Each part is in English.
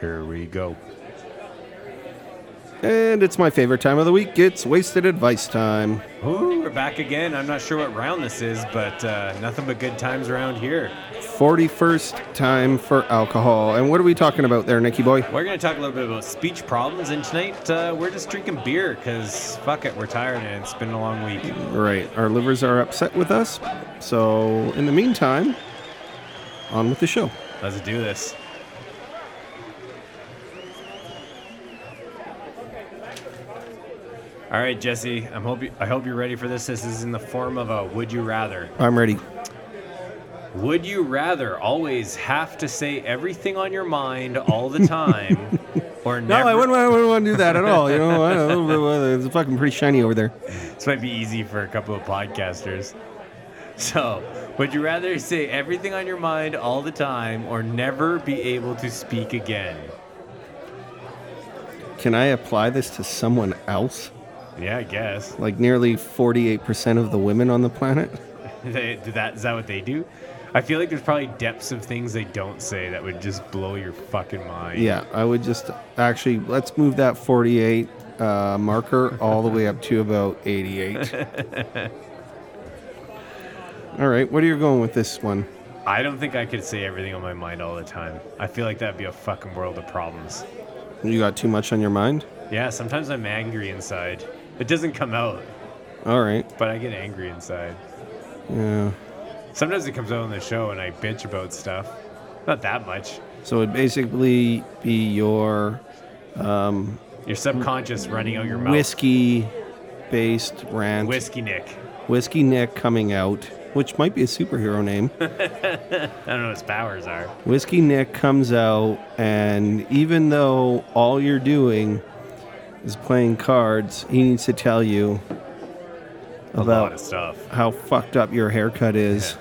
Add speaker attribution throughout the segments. Speaker 1: Here we go.
Speaker 2: And it's my favorite time of the week. It's wasted advice time.
Speaker 3: Ooh, we're back again. I'm not sure what round this is, but uh, nothing but good times around here.
Speaker 2: 41st time for alcohol. And what are we talking about there, Nicky boy?
Speaker 3: We're going to talk a little bit about speech problems, and tonight uh, we're just drinking beer because fuck it, we're tired and it's been a long week.
Speaker 2: Right. Our livers are upset with us. So, in the meantime, on with the show.
Speaker 3: Let's do this. All right, Jesse. I'm hope you, I hope you're ready for this. This is in the form of a would you rather.
Speaker 2: I'm ready.
Speaker 3: Would you rather always have to say everything on your mind all the time, or
Speaker 2: No,
Speaker 3: never?
Speaker 2: I wouldn't, I wouldn't want to do that at all. You know, I don't know, uh, it's fucking pretty shiny over there.
Speaker 3: This might be easy for a couple of podcasters. So, would you rather say everything on your mind all the time, or never be able to speak again?
Speaker 2: Can I apply this to someone else?
Speaker 3: Yeah, I guess.
Speaker 2: Like nearly 48% of the women on the planet?
Speaker 3: They, do that is that what they do? I feel like there's probably depths of things they don't say that would just blow your fucking mind.
Speaker 2: Yeah, I would just actually let's move that 48 uh, marker all the way up to about 88. all right, what are you going with this one?
Speaker 3: I don't think I could say everything on my mind all the time. I feel like that'd be a fucking world of problems.
Speaker 2: You got too much on your mind?
Speaker 3: Yeah, sometimes I'm angry inside. It doesn't come out,
Speaker 2: All right.
Speaker 3: but I get angry inside.
Speaker 2: Yeah.
Speaker 3: Sometimes it comes out on the show and I bitch about stuff. Not that much.
Speaker 2: So it'd basically be your um,
Speaker 3: Your subconscious running out your mouth.
Speaker 2: whiskey based rant.
Speaker 3: Whiskey Nick.
Speaker 2: whiskey Nick coming out, which might be a superhero name.
Speaker 3: I don't know what his powers are.
Speaker 2: Whiskey Nick comes out, and even though all you're doing is playing cards, he needs to tell you
Speaker 3: A lot of
Speaker 2: about
Speaker 3: stuff.
Speaker 2: how fucked up your haircut is,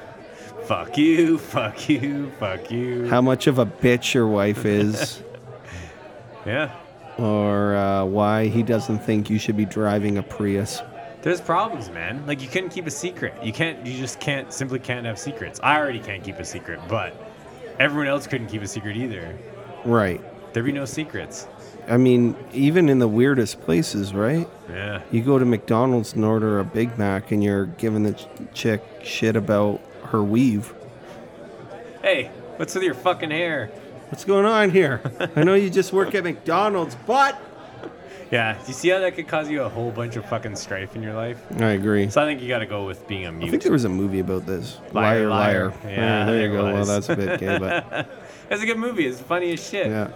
Speaker 3: Fuck you, fuck you, fuck you.
Speaker 2: how much of a bitch your wife is,
Speaker 3: yeah.
Speaker 2: or uh, why he doesn't think you should be driving a Prius.
Speaker 3: There's problems, man. Like you couldn't keep a secret. You can't. You just can't. Simply can't have secrets. I already can't keep a secret, but everyone else couldn't keep a secret either.
Speaker 2: Right.
Speaker 3: There'd be no secrets.
Speaker 2: I mean, even in the weirdest places, right?
Speaker 3: Yeah.
Speaker 2: You go to McDonald's and order a Big Mac, and you're giving the ch- chick shit about her weave.
Speaker 3: Hey, what's with your fucking hair?
Speaker 2: What's going on here? I know you just work at McDonald's, but
Speaker 3: Yeah. Do you see how that could cause you a whole bunch of fucking strife in your life?
Speaker 2: I agree.
Speaker 3: So I think you got to go with being a
Speaker 2: I think
Speaker 3: mute.
Speaker 2: there was a movie about this.
Speaker 3: Liar, liar.
Speaker 2: Yeah,
Speaker 3: Yeah,
Speaker 2: there you
Speaker 3: there
Speaker 2: go. Well,
Speaker 3: was.
Speaker 2: that's a bit gay, but
Speaker 3: That's a good movie. It's funny as shit.
Speaker 2: yeah,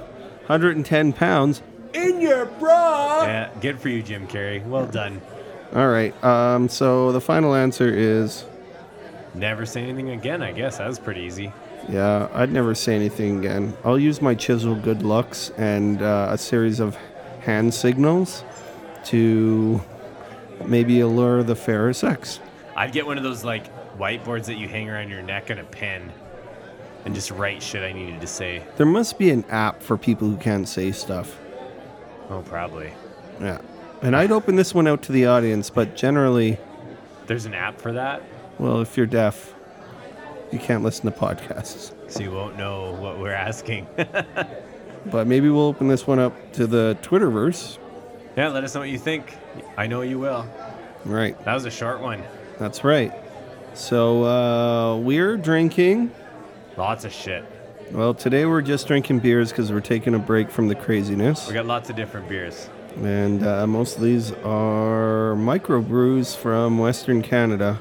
Speaker 2: 110 pounds in your bra.
Speaker 3: Yeah, Good for you, Jim Carrey. Well done.
Speaker 2: All right. Um. So the final answer is,
Speaker 3: Never say anything again. I guess that was pretty easy.
Speaker 2: yeah, I'd never say anything again. I'll use my chisel, good looks, and uh, a series of hand signals to maybe allure the fairer sex.
Speaker 3: I'd get one of those like whiteboards that you hang around your neck and a pen, and just write shit I needed to say.
Speaker 2: There must be an app for people who can't say stuff.
Speaker 3: Oh, probably.
Speaker 2: Yeah. And I'd open this one out to the audience, but generally,
Speaker 3: There's an app for that,
Speaker 2: well, if you're deaf, you can't listen to podcasts.
Speaker 3: so you won't know what we're asking.
Speaker 2: But maybe we'll open this one up to the Twitterverse.
Speaker 3: yeah, let us know what you think. I know you will.
Speaker 2: Right.
Speaker 3: That was a short one.
Speaker 2: That's right. So uh, we're drinking.
Speaker 3: Lots of shit.
Speaker 2: Well, today we're just drinking beers because we're taking a break from the craziness.
Speaker 3: We got lots of different beers.
Speaker 2: And uh, most of these are microbrews from Western Canada.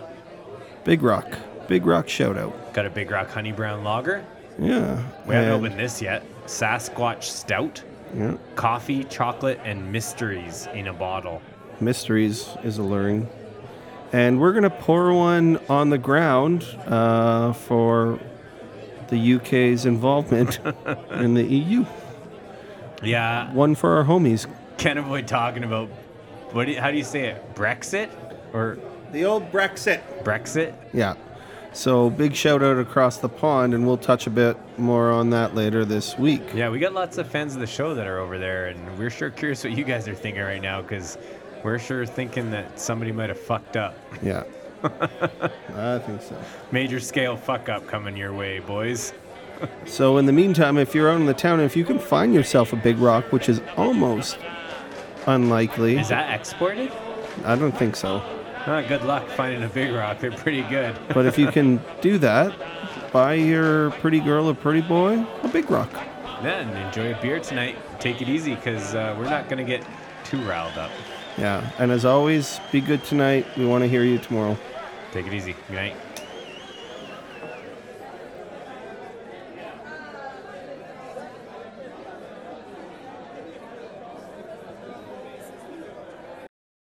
Speaker 2: Big Rock. Big Rock shout out.
Speaker 3: Got a Big Rock Honey Brown Lager.
Speaker 2: Yeah.
Speaker 3: We haven't
Speaker 2: and-
Speaker 3: opened this yet. Sasquatch Stout.
Speaker 2: Yeah.
Speaker 3: Coffee, chocolate, and mysteries in a bottle.
Speaker 2: mysteries is alluring. And we're going to pour one on the ground uh, for the UK's involvement in the EU.
Speaker 3: Yeah,
Speaker 2: One for our homies.
Speaker 3: can't avoid talking about what? Do you, how do you say it? Brexit or
Speaker 2: The old Brexit.
Speaker 3: Brexit?
Speaker 2: Yeah. So big shout out across the pond, and we'll touch a bit more on that later this week.
Speaker 3: Yeah, we got lots of fans of the show that are over there, and we're sure curious what you guys are thinking right now because we're sure thinking that somebody might have fucked up.
Speaker 2: Yeah. I think so.
Speaker 3: Major scale fuck up coming your way, boys.
Speaker 2: So, in the meantime, if you're out in the town, if you can find yourself a big rock, which is almost unlikely,
Speaker 3: Is that exported?
Speaker 2: I don't think so.
Speaker 3: Ah, good luck finding a big rock. They're pretty good.
Speaker 2: But if you can do that, buy your pretty girl or pretty boy a big rock.
Speaker 3: Then enjoy a beer tonight. Take it easy because uh, we're not going to get too riled up.
Speaker 2: Yeah. And as always, be good tonight. We want to hear you tomorrow.
Speaker 3: Take it easy. Good night.